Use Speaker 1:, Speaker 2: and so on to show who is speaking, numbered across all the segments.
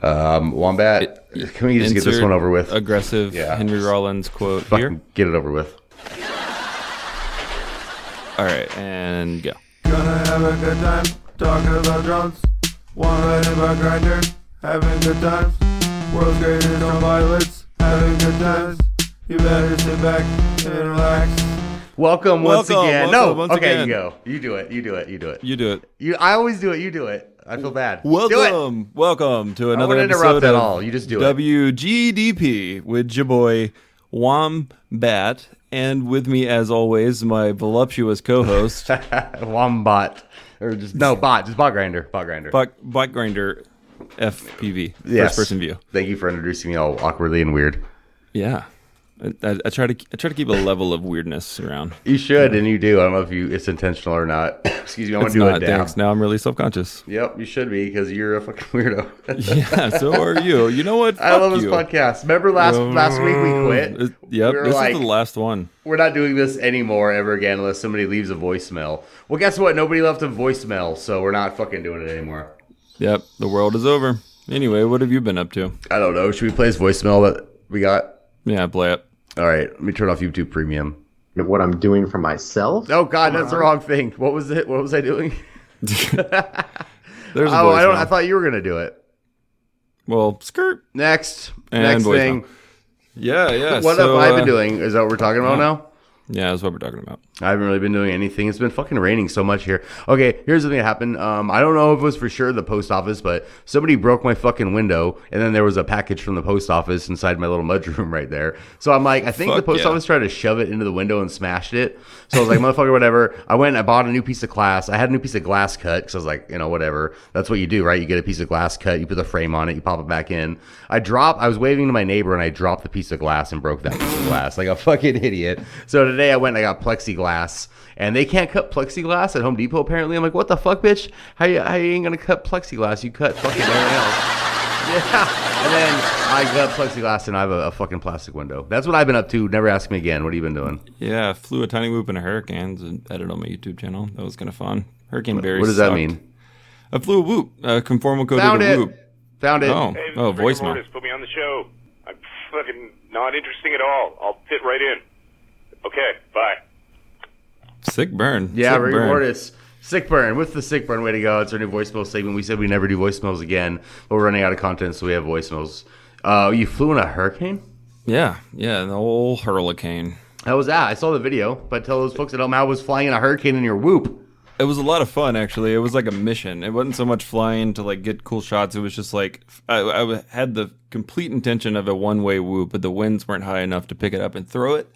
Speaker 1: Um, Wombat, can we just get this
Speaker 2: Insert
Speaker 1: one over with?
Speaker 2: Aggressive
Speaker 1: Yeah.
Speaker 2: Henry Rollins quote here.
Speaker 1: Fucking get it over with.
Speaker 2: All right, and go.
Speaker 3: Gonna have a good time, talking about drums. One night in my grinder, having good times. World's greatest on violets, having good times. You better sit back and relax.
Speaker 1: Welcome once
Speaker 2: Welcome,
Speaker 1: again. no,
Speaker 2: welcome once
Speaker 1: okay,
Speaker 2: again.
Speaker 1: you go. You do it. You do it. You do it.
Speaker 2: You do it.
Speaker 1: You, I always do it. You do it. I feel bad. Do it.
Speaker 2: Welcome, welcome to another
Speaker 1: wouldn't interrupt
Speaker 2: episode
Speaker 1: at
Speaker 2: of
Speaker 1: all. You just do it.
Speaker 2: WGDP with your boy Wombat, and with me as always, my voluptuous co-host
Speaker 1: Wombat, or just no bot, just bot grinder, bot grinder.
Speaker 2: Buck Buck Grinder, FPV,
Speaker 1: Yes.
Speaker 2: first person view.
Speaker 1: Thank you for introducing me all awkwardly and weird.
Speaker 2: Yeah, I, I, I try to I try to keep a level of weirdness around.
Speaker 1: You should, and you do. I don't know if you it's intentional or not. Excuse me, I'm gonna
Speaker 2: It's
Speaker 1: do
Speaker 2: not
Speaker 1: it down.
Speaker 2: thanks. Now I'm really self conscious.
Speaker 1: Yep, you should be because you're a fucking weirdo.
Speaker 2: Yeah, so are you. You know what?
Speaker 1: I
Speaker 2: Fuck
Speaker 1: love this
Speaker 2: you.
Speaker 1: podcast. Remember last last week we quit.
Speaker 2: It- yep,
Speaker 1: we were
Speaker 2: this
Speaker 1: like,
Speaker 2: is the last one.
Speaker 1: we're not doing this anymore ever again unless somebody leaves a voicemail. Well, guess what? Nobody left a voicemail, so we're not fucking doing it anymore.
Speaker 2: Yep, the world is over. Anyway, what have you been up to?
Speaker 1: I don't know. Should we play his voicemail that we got?
Speaker 2: Yeah, play it.
Speaker 1: All right, let me turn off YouTube Premium.
Speaker 4: of what I'm doing for myself.
Speaker 1: Oh God, that's the wrong thing. What was it? What was I doing?
Speaker 2: There's a
Speaker 1: Oh, I don't.
Speaker 2: voicemail.
Speaker 1: I thought you were gonna do it.
Speaker 2: Well, skirt.
Speaker 1: Next,
Speaker 2: And
Speaker 1: next
Speaker 2: voicemail.
Speaker 1: thing.
Speaker 2: Yeah, yeah.
Speaker 1: What
Speaker 2: so,
Speaker 1: have I been
Speaker 2: uh,
Speaker 1: doing? Is that what we're talking about now?
Speaker 2: Yeah, that's what we're talking about.
Speaker 1: I haven't really been doing anything. It's been fucking raining so much here. Okay, here's the thing that happened. Um, I don't know if it was for sure the post office, but somebody broke my fucking window, and then there was a package from the post office inside my little mudroom right there. So I'm like, I think the
Speaker 2: Fuck
Speaker 1: post
Speaker 2: yeah.
Speaker 1: office tried to shove it into the window and smashed it. So I was like, motherfucker, whatever. I went and I bought a new piece of glass. I had a new piece of glass cut because I was like, you know, whatever. That's what you do, right? You get a piece of glass cut, you put the frame on it, you pop it back in. I drop. I was waving to my neighbor, and I dropped the piece of glass and broke that piece of glass like a fucking idiot. So today I went and I got plexiglass, and they can't cut plexiglass at Home Depot. Apparently, I'm like, what the fuck, bitch? How you, how you ain't gonna cut plexiglass? You cut fucking everything else. Yeah. And then I got plexiglass and I have a, a fucking plastic window. That's what I've been up to. Never ask me again. What have you been doing?
Speaker 2: Yeah, flew a tiny whoop in a hurricane and edited on my YouTube channel. That was kind of fun. Hurricane Barry.
Speaker 1: what does that
Speaker 2: sucked.
Speaker 1: mean?
Speaker 2: I flew a whoop. A conformal coded
Speaker 1: Found
Speaker 2: a
Speaker 1: it.
Speaker 2: whoop.
Speaker 1: Found it.
Speaker 2: Oh,
Speaker 5: Hey,
Speaker 2: oh,
Speaker 5: Rick and
Speaker 2: voicemail.
Speaker 5: Mortis, Put me on the show. I'm fucking not interesting at all. I'll fit right in. Okay, bye.
Speaker 2: Sick burn.
Speaker 1: Yeah,
Speaker 2: Sick
Speaker 1: Rick
Speaker 2: burn.
Speaker 1: Mortis. Sick burn with the sick burn way to go. It's our new voicemail segment. We said we never do voicemails again, but we're running out of content, so we have voicemails. Uh, you flew in a hurricane?
Speaker 2: Yeah, yeah, the whole hurricane.
Speaker 1: How was that? I saw the video, but tell those folks at home how was flying in a hurricane in your whoop.
Speaker 2: It was a lot of fun, actually. It was like a mission. It wasn't so much flying to like get cool shots. It was just like I, I had the complete intention of a one-way whoop, but the winds weren't high enough to pick it up and throw it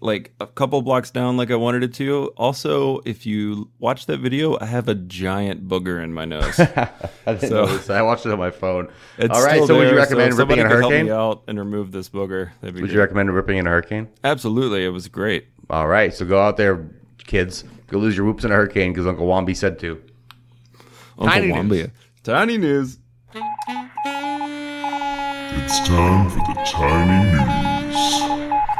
Speaker 2: like a couple blocks down, like I wanted it to. Also, if you watch that video, I have a giant booger in my nose.
Speaker 1: I didn't
Speaker 2: So-
Speaker 1: notice. I watched it on my phone.
Speaker 2: It's
Speaker 1: All right,
Speaker 2: still
Speaker 1: so would you
Speaker 2: there,
Speaker 1: recommend
Speaker 2: so if
Speaker 1: ripping
Speaker 2: somebody
Speaker 1: in a
Speaker 2: could
Speaker 1: hurricane?
Speaker 2: Help me out and remove this booger. That'd be
Speaker 1: Would
Speaker 2: great.
Speaker 1: you recommend ripping in a hurricane?
Speaker 2: Absolutely, it was great.
Speaker 1: All right, so go out there, kids. Go lose your whoops in a hurricane because Uncle Womby said to.
Speaker 2: Uncle
Speaker 1: Tiny news.
Speaker 2: Wambia. Tiny news.
Speaker 6: It's time for the tiny news.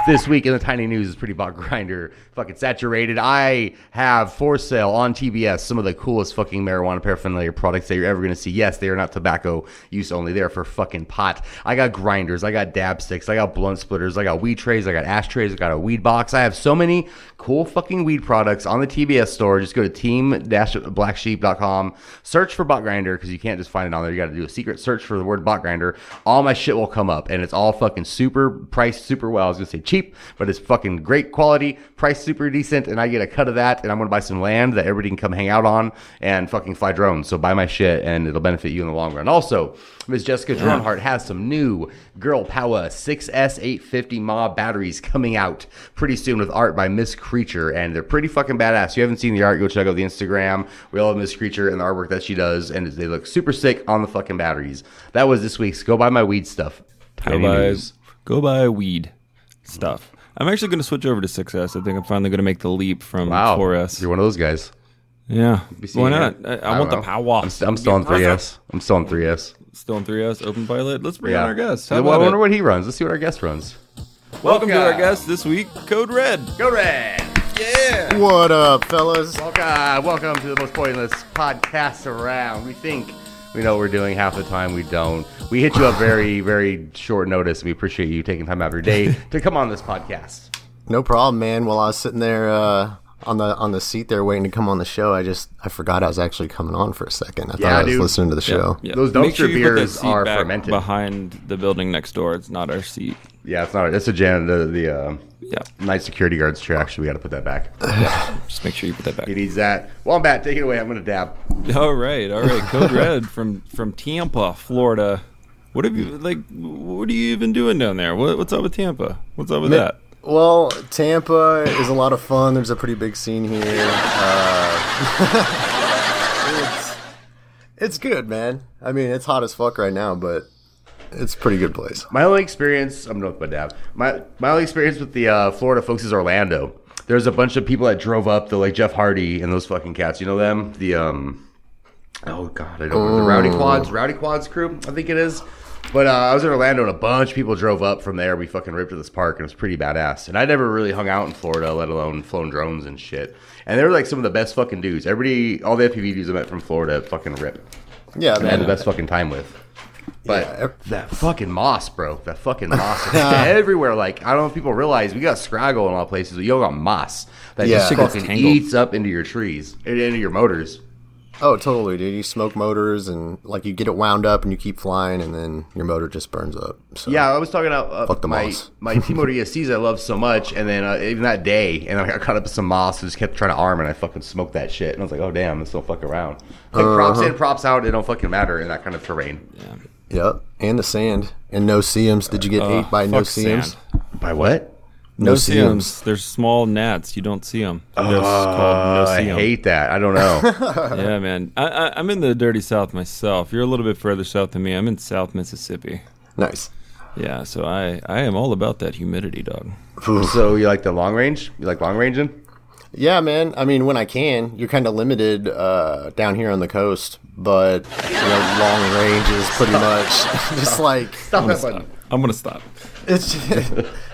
Speaker 1: This week in the tiny news is pretty bot grinder, fucking saturated. I have for sale on TBS some of the coolest fucking marijuana paraphernalia products that you're ever gonna see. Yes, they are not tobacco use only; they are for fucking pot. I got grinders, I got dab sticks, I got blunt splitters, I got weed trays, I got ashtrays, I got a weed box. I have so many cool fucking weed products on the TBS store. Just go to team-blacksheep.com, search for bot grinder because you can't just find it on there. You got to do a secret search for the word bot grinder. All my shit will come up, and it's all fucking super priced super well. I was gonna say cheap, but it's fucking great quality, price super decent, and I get a cut of that. And I'm gonna buy some land that everybody can come hang out on and fucking fly drones. So buy my shit, and it'll benefit you in the long run. Also, Miss Jessica Dronhart has some new Girl Power 6S850 Ma batteries coming out pretty soon with art by Miss Creature, and they're pretty fucking badass. If you haven't seen the art, go check out the Instagram. We all love Miss Creature and the artwork that she does, and they look super sick on the fucking batteries. That was this week's Go Buy My Weed Stuff.
Speaker 2: Go
Speaker 1: Tiny
Speaker 2: buy,
Speaker 1: news.
Speaker 2: go buy weed stuff. I'm actually going to switch over to 6S. I think I'm finally going to make the leap from
Speaker 1: Wow.
Speaker 2: 4S.
Speaker 1: You're one of those guys.
Speaker 2: yeah.
Speaker 1: seeing
Speaker 2: Why
Speaker 1: it.
Speaker 2: not? I, I,
Speaker 1: I don't
Speaker 2: want the
Speaker 1: know.
Speaker 2: power.
Speaker 1: I'm, st- I'm still on 3S. I'm still on 3S.
Speaker 2: Still in 3S, open pilot. Let's bring on our guest. How
Speaker 1: I
Speaker 2: about
Speaker 1: wonder
Speaker 2: it?
Speaker 1: what he runs. Let's see what our guest runs.
Speaker 2: Welcome to our guest this week, Code Red.
Speaker 1: Go Red!
Speaker 4: What up, fellas?
Speaker 1: Welcome, welcome to the most pointless podcast around. We think We know what we're doing half the time. We don't. We hit you up very, very short notice. We appreciate you taking time out of your day to come on this podcast.
Speaker 7: No problem, man. While I was sitting there uh, on the on the seat there waiting to come on the show, I just I forgot I was actually coming on for a second. I
Speaker 1: Yeah,
Speaker 7: thought I was
Speaker 1: dude.
Speaker 7: listening to the show.
Speaker 2: Yeah.
Speaker 1: Those
Speaker 2: Make
Speaker 1: dumpster
Speaker 2: you put that
Speaker 1: beers
Speaker 2: seat
Speaker 1: are
Speaker 2: back
Speaker 1: fermented.
Speaker 2: behind the building next door. It's not our seat.
Speaker 1: Yeah, it's not. It's a Jan. The, the uh,
Speaker 2: Yeah,
Speaker 1: night security guard's chair. Actually, we got to put that back.
Speaker 2: just make sure you put that back.
Speaker 1: He needs that. Wombat, take it away. I'm gonna dab.
Speaker 2: All right, all right. Code Red from from Tampa, Florida. What have you
Speaker 7: Hmm.
Speaker 2: like? What are you even doing down there? What, what's up with Tampa? What's up with that?
Speaker 7: Well, Tampa is a lot of fun. There's a pretty big scene here. Uh, it's, it's good, man. I mean, it's hot as fuck right now, but it's a pretty good place.
Speaker 1: My only experience, I'm done with my dab. My my only experience with the uh, Florida folks is Orlando. There's a bunch of people that drove up, the like Jeff Hardy and those fucking cats. You know them? The um, oh god, I don't know the Rowdy Quads, Rowdy Quads crew, I think it is. But uh, I was in Orlando and a bunch of people drove up from there. We fucking ripped to this park and it was pretty badass. And I never really hung out in Florida, let alone flown drones and shit. And they were like some of the best fucking dudes. Everybody, all the FPV dudes I met from Florida, fucking rip.
Speaker 7: Yeah,
Speaker 1: I had the
Speaker 7: man.
Speaker 1: best fucking time with. But
Speaker 7: Yeah, ev-
Speaker 1: that fucking moss, bro. That fucking moss is everywhere. Like I don't know if people realize we got scraggle in all places, but you got moss that
Speaker 7: Yeah.
Speaker 1: just
Speaker 7: Shit gets
Speaker 1: fucking
Speaker 2: tangled.
Speaker 1: eats up into your trees, and into your motors.
Speaker 7: Oh, totally, dude. You smoke motors and like you get it wound up and you keep flying, and then your motor just burns up. So.
Speaker 1: Yeah, I was talking about uh,
Speaker 7: Fuck the
Speaker 1: my
Speaker 7: moss.
Speaker 1: my T-Motor ESCs I love so much, and then uh, even that day, and I got caught up with some moss and just kept trying to arm, and I fucking smoked that shit, and I was like, oh damn, this don't fuck around. Like
Speaker 7: Uh-huh.
Speaker 1: props in, props out, it don't fucking matter in that kind of terrain.
Speaker 7: Yep. And the sand and no CMs. Did you get ate by no
Speaker 2: Uh, Fuck
Speaker 7: CMs?
Speaker 2: sand.
Speaker 1: By what?
Speaker 7: No,
Speaker 2: No
Speaker 7: CMs.
Speaker 2: seams. There's small gnats. You don't see them. That's called no
Speaker 1: Oh, Uh, I
Speaker 2: seam.
Speaker 1: hate that. I don't know.
Speaker 2: Yeah, man. I, I, I'm in the dirty South myself. You're a little bit further south than me. I'm in South Mississippi.
Speaker 7: Nice.
Speaker 2: Yeah, so I, I am all about that humidity, dog.
Speaker 1: so you like the long range? You like long ranging?
Speaker 7: Yeah, man. I mean, when I can, you're kind of limited uh, down here on the coast, but you know, long range is pretty much just like
Speaker 1: Stop that button.
Speaker 2: I'm gonna stop.
Speaker 7: it's.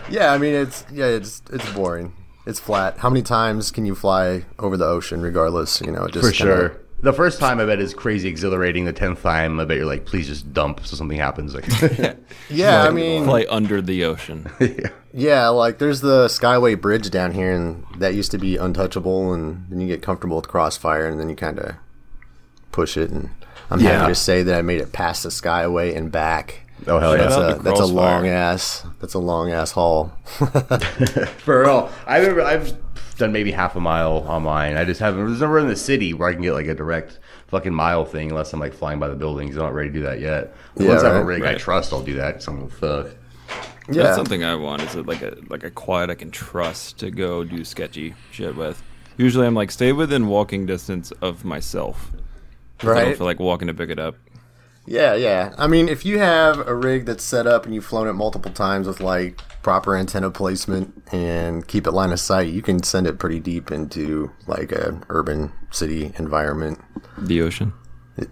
Speaker 7: yeah, I mean, it's yeah, it's it's boring. It's flat. How many times can you fly over the ocean? Regardless, you know, it just
Speaker 1: For
Speaker 7: kinda-
Speaker 1: sure. The first time I bet is crazy exhilarating. The tenth time I bet you're like, please just dump so something happens. Like,
Speaker 7: Yeah, I mean,
Speaker 2: Play under the ocean.
Speaker 7: Yeah, like there's the Skyway Bridge down here, and that used to be untouchable, and then you get comfortable with Crossfire, and then you kind of push it. And I'm
Speaker 1: Yeah.
Speaker 7: happy to say that I made it past the Skyway and back.
Speaker 1: oh hell
Speaker 7: That's
Speaker 1: yeah!
Speaker 2: up
Speaker 7: a
Speaker 2: to
Speaker 7: that's a
Speaker 2: Crossfire.
Speaker 7: long ass that's a long ass haul.
Speaker 1: For real, I remember I've done maybe half a mile on mine. I just haven't. There's nowhere in the city where I can get like a direct fucking mile thing unless I'm like flying by the buildings. I'm not ready to do that yet.
Speaker 7: Yeah,
Speaker 1: Once I have a
Speaker 7: right.
Speaker 1: rig I
Speaker 2: Right.
Speaker 1: trust, I'll do that. Some fuck.
Speaker 7: yeah,
Speaker 2: That's something I want. Is it like a like a quiet I can trust to go do sketchy shit with? Usually I'm like stay within walking distance of myself. I don't
Speaker 7: right?
Speaker 2: feel like walking to pick it up.
Speaker 7: Yeah, yeah. I mean, if you have a rig that's set up and you've flown it multiple times with like proper antenna placement and keep it line of sight, you can send it pretty deep into like a urban city environment.
Speaker 2: The ocean.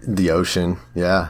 Speaker 7: The ocean, yeah.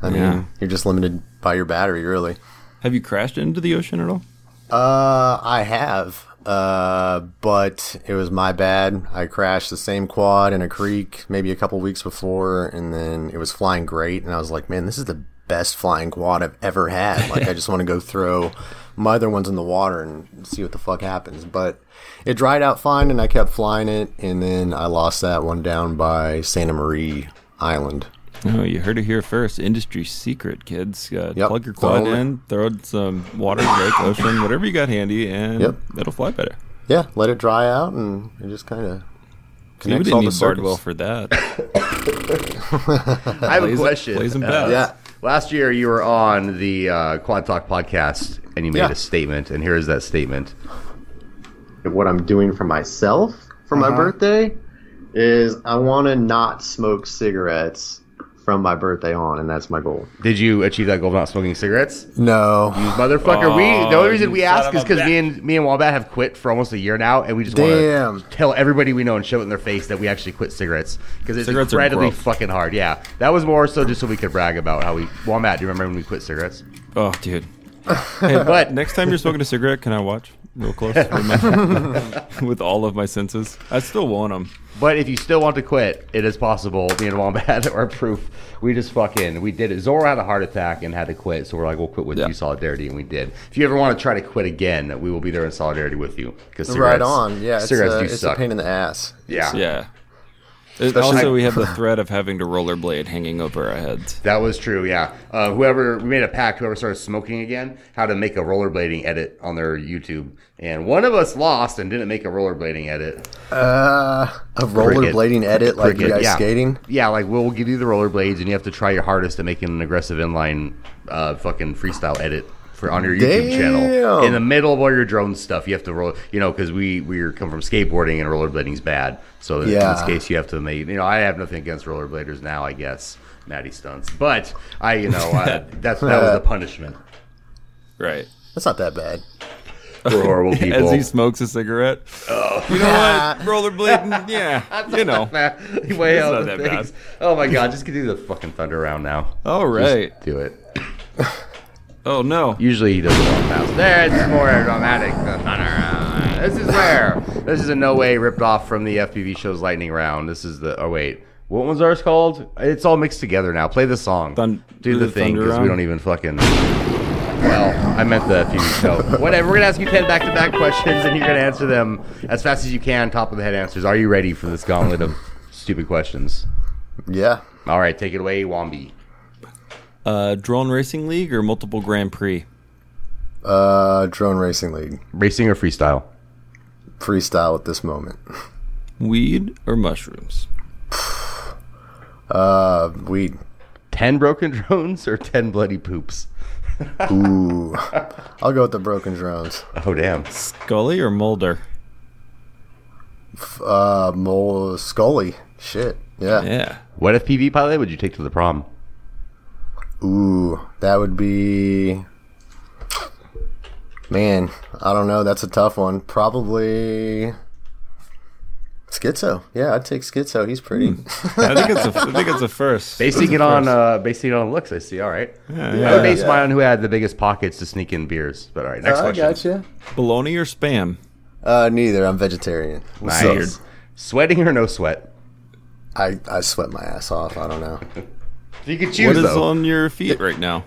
Speaker 7: I mean,
Speaker 2: Yeah.
Speaker 7: you're just limited by your battery, really.
Speaker 2: Have you crashed into the ocean at all?
Speaker 7: Uh, I have, uh, but it was my bad. I crashed the same quad in a creek maybe a couple weeks before, and then it was flying great, and I was like, man, this is the best flying quad I've ever had. Like, I just want to go throw my other ones in the water and see what the fuck happens. But it dried out fine, and I kept flying it, and then I lost that one down by Santa Marie Island.
Speaker 2: No, you heard it here first. Industry secret, kids. Uh,
Speaker 7: Yep.
Speaker 2: Plug your quad
Speaker 7: Totally.
Speaker 2: in, throw in some water, lake, ocean, whatever you got handy, and
Speaker 7: Yep.
Speaker 2: it'll fly better.
Speaker 7: Yeah, let it dry out, and it just kind of
Speaker 2: You
Speaker 7: connects
Speaker 2: didn't
Speaker 7: all the
Speaker 2: need Bardwell
Speaker 7: circuits.
Speaker 2: for that.
Speaker 1: I have a
Speaker 2: Blazing-
Speaker 1: question.
Speaker 2: blazing
Speaker 1: Uh,
Speaker 2: bad.
Speaker 7: Yeah.
Speaker 1: Last year, you were on the uh, Quad Talk podcast, and you made
Speaker 7: Yeah.
Speaker 1: a statement. And here is that statement.
Speaker 4: What I'm doing for myself for
Speaker 7: Uh-huh.
Speaker 4: my birthday is I want to not smoke cigarettes from my birthday on, and that's my goal.
Speaker 1: Did you achieve that goal of not smoking cigarettes?
Speaker 7: No.
Speaker 1: Motherfucker, we the
Speaker 2: Oh,
Speaker 1: only reason
Speaker 2: you
Speaker 1: we
Speaker 2: son
Speaker 1: ask
Speaker 2: of
Speaker 1: is
Speaker 2: a
Speaker 1: because me
Speaker 2: bitch.
Speaker 1: and me and Wombat have quit for almost a year now, and we just
Speaker 7: Damn.
Speaker 1: want to tell everybody we know and show it in their face that we actually quit cigarettes because it's
Speaker 2: Cigarettes are
Speaker 1: incredibly
Speaker 2: gross.
Speaker 1: fucking hard. Yeah, that was more so just so we could brag about how we Wombat. Do you remember when we quit cigarettes?
Speaker 2: Oh, dude.
Speaker 1: But
Speaker 2: Next time you're smoking a cigarette, can I watch? real close with my- with all of my senses. I still want them.
Speaker 1: But if you still want to quit, it is possible. Me and Wombat are proof. We just fucking we did it. Zoro had a heart attack and had to quit, so we're like, we'll quit with
Speaker 2: Yeah.
Speaker 1: you, solidarity, and we did. If you ever want to try to quit again, we will be there in solidarity with you. Because
Speaker 7: Right on. Yeah, it's,
Speaker 1: cigarettes
Speaker 7: a,
Speaker 1: do
Speaker 7: it's a
Speaker 1: suck.
Speaker 7: pain in the ass.
Speaker 1: yeah.
Speaker 2: Yeah. It- also, we have the threat of having to rollerblade hanging over our heads.
Speaker 1: That was true, yeah. Uh, whoever we made a pact, whoever started smoking again, how to make a rollerblading edit on their YouTube, and one of us lost and didn't make a rollerblading edit.
Speaker 7: Uh, a
Speaker 1: Cricket.
Speaker 7: rollerblading edit like you
Speaker 1: Cricket,
Speaker 7: guys
Speaker 1: yeah.
Speaker 7: skating.
Speaker 1: Yeah, like we'll give you the rollerblades, and you have to try your hardest at making an aggressive inline uh, fucking freestyle edit for on your YouTube channel
Speaker 7: Damn.
Speaker 1: in the middle of all your drone stuff. You have to roll, you know, because we we come from skateboarding and rollerblading's bad. So in
Speaker 7: Yeah.
Speaker 1: this case, you have to make. You know, I have nothing against rollerbladers now. I guess Maddie stunts, but I, you know, uh, that's that was the punishment
Speaker 2: Right.
Speaker 7: That's not that bad.
Speaker 1: for horrible people. Uh,
Speaker 2: As he smokes a cigarette. You know what? Rollerblading, yeah. you know.
Speaker 1: Way
Speaker 2: It's
Speaker 1: out
Speaker 2: not
Speaker 1: of
Speaker 2: that
Speaker 1: things.
Speaker 2: bad.
Speaker 1: Oh my god, just do the fucking thunder round now.
Speaker 2: All
Speaker 1: Just
Speaker 2: right.
Speaker 1: do it.
Speaker 2: Oh, no.
Speaker 1: Usually he doesn't walk past. There, it's more dramatic. Uh, This is where. This is in no way ripped off from the FPV show's Lightning Round. This is the. Oh, wait. What was ours called? It's all mixed together now. Play the song.
Speaker 2: Thun-
Speaker 1: Do the, thing,
Speaker 2: Thunder
Speaker 1: because we
Speaker 2: Round?
Speaker 1: don't even fucking. Well, I meant the FPV show. Whatever. We're going to ask you 10 back to back questions, and you're going to answer them as fast as you can, top of the head answers. Are you ready for this gauntlet of stupid questions?
Speaker 7: Yeah.
Speaker 1: All right, take it away, Wombi.
Speaker 2: Uh, drone Racing League or multiple Grand Prix?
Speaker 7: Uh, drone racing league.
Speaker 1: Racing or freestyle?
Speaker 7: Freestyle at this moment.
Speaker 2: Weed or mushrooms?
Speaker 7: Uh, weed.
Speaker 1: 10 broken drones or 10 bloody poops?
Speaker 7: Ooh. I'll go with the broken drones.
Speaker 1: Oh, damn.
Speaker 2: Scully or Mulder?
Speaker 7: Uh, Mole Scully. Shit. Yeah.
Speaker 2: Yeah.
Speaker 1: What FPV pilot would you take to the prom?
Speaker 7: Ooh, that would be. Man, I don't know. That's a tough one. Probably. Schizo. Yeah, I'd take Schizo. He's pretty.
Speaker 2: I think it's a, I think it's a first.
Speaker 1: Basing it on uh, basing it on looks, I see. All right, I
Speaker 2: yeah. Uh,
Speaker 1: would base mine on who had the biggest pockets to sneak in beers. But all right, next
Speaker 7: I
Speaker 1: question.
Speaker 7: gotcha.
Speaker 1: uh,
Speaker 2: Bologna or spam?
Speaker 7: Uh, neither. I'm vegetarian.
Speaker 1: Nice. Sweating or no sweat?
Speaker 7: I, I sweat my ass off. I don't know.
Speaker 1: You could choose
Speaker 2: What is
Speaker 1: though.
Speaker 2: on your feet right now?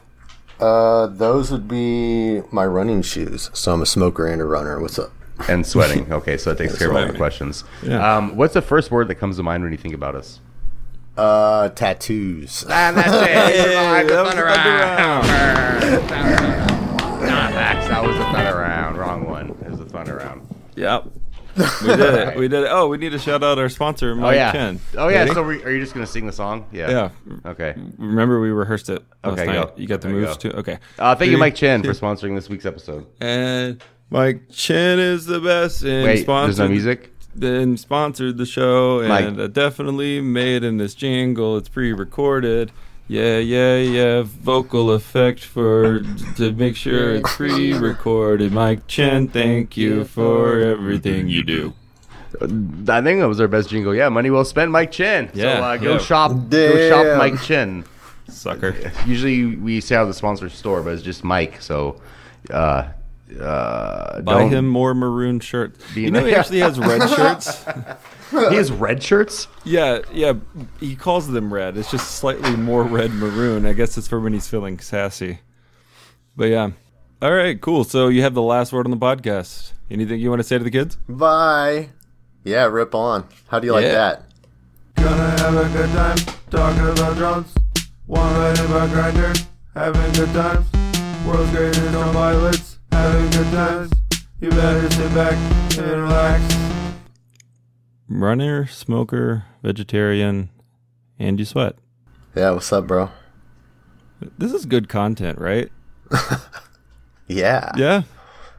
Speaker 7: Uh, those would be my running shoes. So I'm a smoker and a runner. What's up?
Speaker 1: and sweating. Okay, so that takes care of all the
Speaker 2: sweating.
Speaker 1: questions.
Speaker 2: Yeah.
Speaker 1: Um, what's the first word that comes to mind when you think about us?
Speaker 7: Uh, tattoos.
Speaker 1: And Ah, that's it. Survived the
Speaker 2: that was
Speaker 1: thunder
Speaker 2: the thunder
Speaker 1: round. Nah, Max, that was the thunder round. Wrong one. It was the thunder round.
Speaker 2: Yep. We did it. We did it. Oh, we need to shout out our sponsor, Mike
Speaker 1: Oh yeah.
Speaker 2: Chen.
Speaker 1: Oh yeah.
Speaker 2: Ready?
Speaker 1: So we, are you just gonna sing the song?
Speaker 2: yeah.
Speaker 1: Yeah. Okay.
Speaker 2: Remember we rehearsed it last
Speaker 1: Okay,
Speaker 2: night.
Speaker 1: go.
Speaker 2: You got the
Speaker 1: Okay,
Speaker 2: moves
Speaker 1: go.
Speaker 2: too. Okay.
Speaker 1: Uh, thank you,
Speaker 2: Three,
Speaker 1: Mike Chen, for sponsoring this week's episode.
Speaker 2: And Mike Chen is the best and
Speaker 1: Wait, there's
Speaker 2: sponsored
Speaker 1: no music.
Speaker 2: and sponsored the show and
Speaker 1: Mike.
Speaker 2: uh, definitely made in this jingle. It's pre-recorded. Yeah, yeah, yeah. Vocal effect for to make sure it's pre-recorded. Mike Chen, thank you for everything you do.
Speaker 1: I think that was our best jingle. Yeah, money well spent, Mike Chen.
Speaker 2: Yeah,
Speaker 1: so uh, go
Speaker 2: yeah.
Speaker 1: shop, go shop,
Speaker 7: Damn.
Speaker 1: Mike Chen.
Speaker 2: Sucker.
Speaker 1: Usually we say out the sponsor store, but it's just Mike. So, uh, uh,
Speaker 2: Buy
Speaker 1: don't-
Speaker 2: him more maroon shirts. You know he
Speaker 1: nice.
Speaker 2: actually has red shirts.
Speaker 1: He has red shirts.
Speaker 2: Yeah, yeah. He calls them red. It's just slightly more red maroon. I guess it's for when he's feeling sassy. But yeah. All right, cool. So you have the last word on the podcast. Anything you want to say to the kids?
Speaker 7: Bye. Yeah, rip on. How do you like
Speaker 2: Yeah.
Speaker 7: that?
Speaker 3: Gonna have a good time talking about drones. One ride in my grinder, having good times. World's greatest on violets, having good times. You better sit back and relax.
Speaker 2: Runner, smoker, vegetarian, and you sweat.
Speaker 7: Yeah, what's up, bro?
Speaker 2: This is good content, right?
Speaker 7: Yeah.
Speaker 2: Yeah.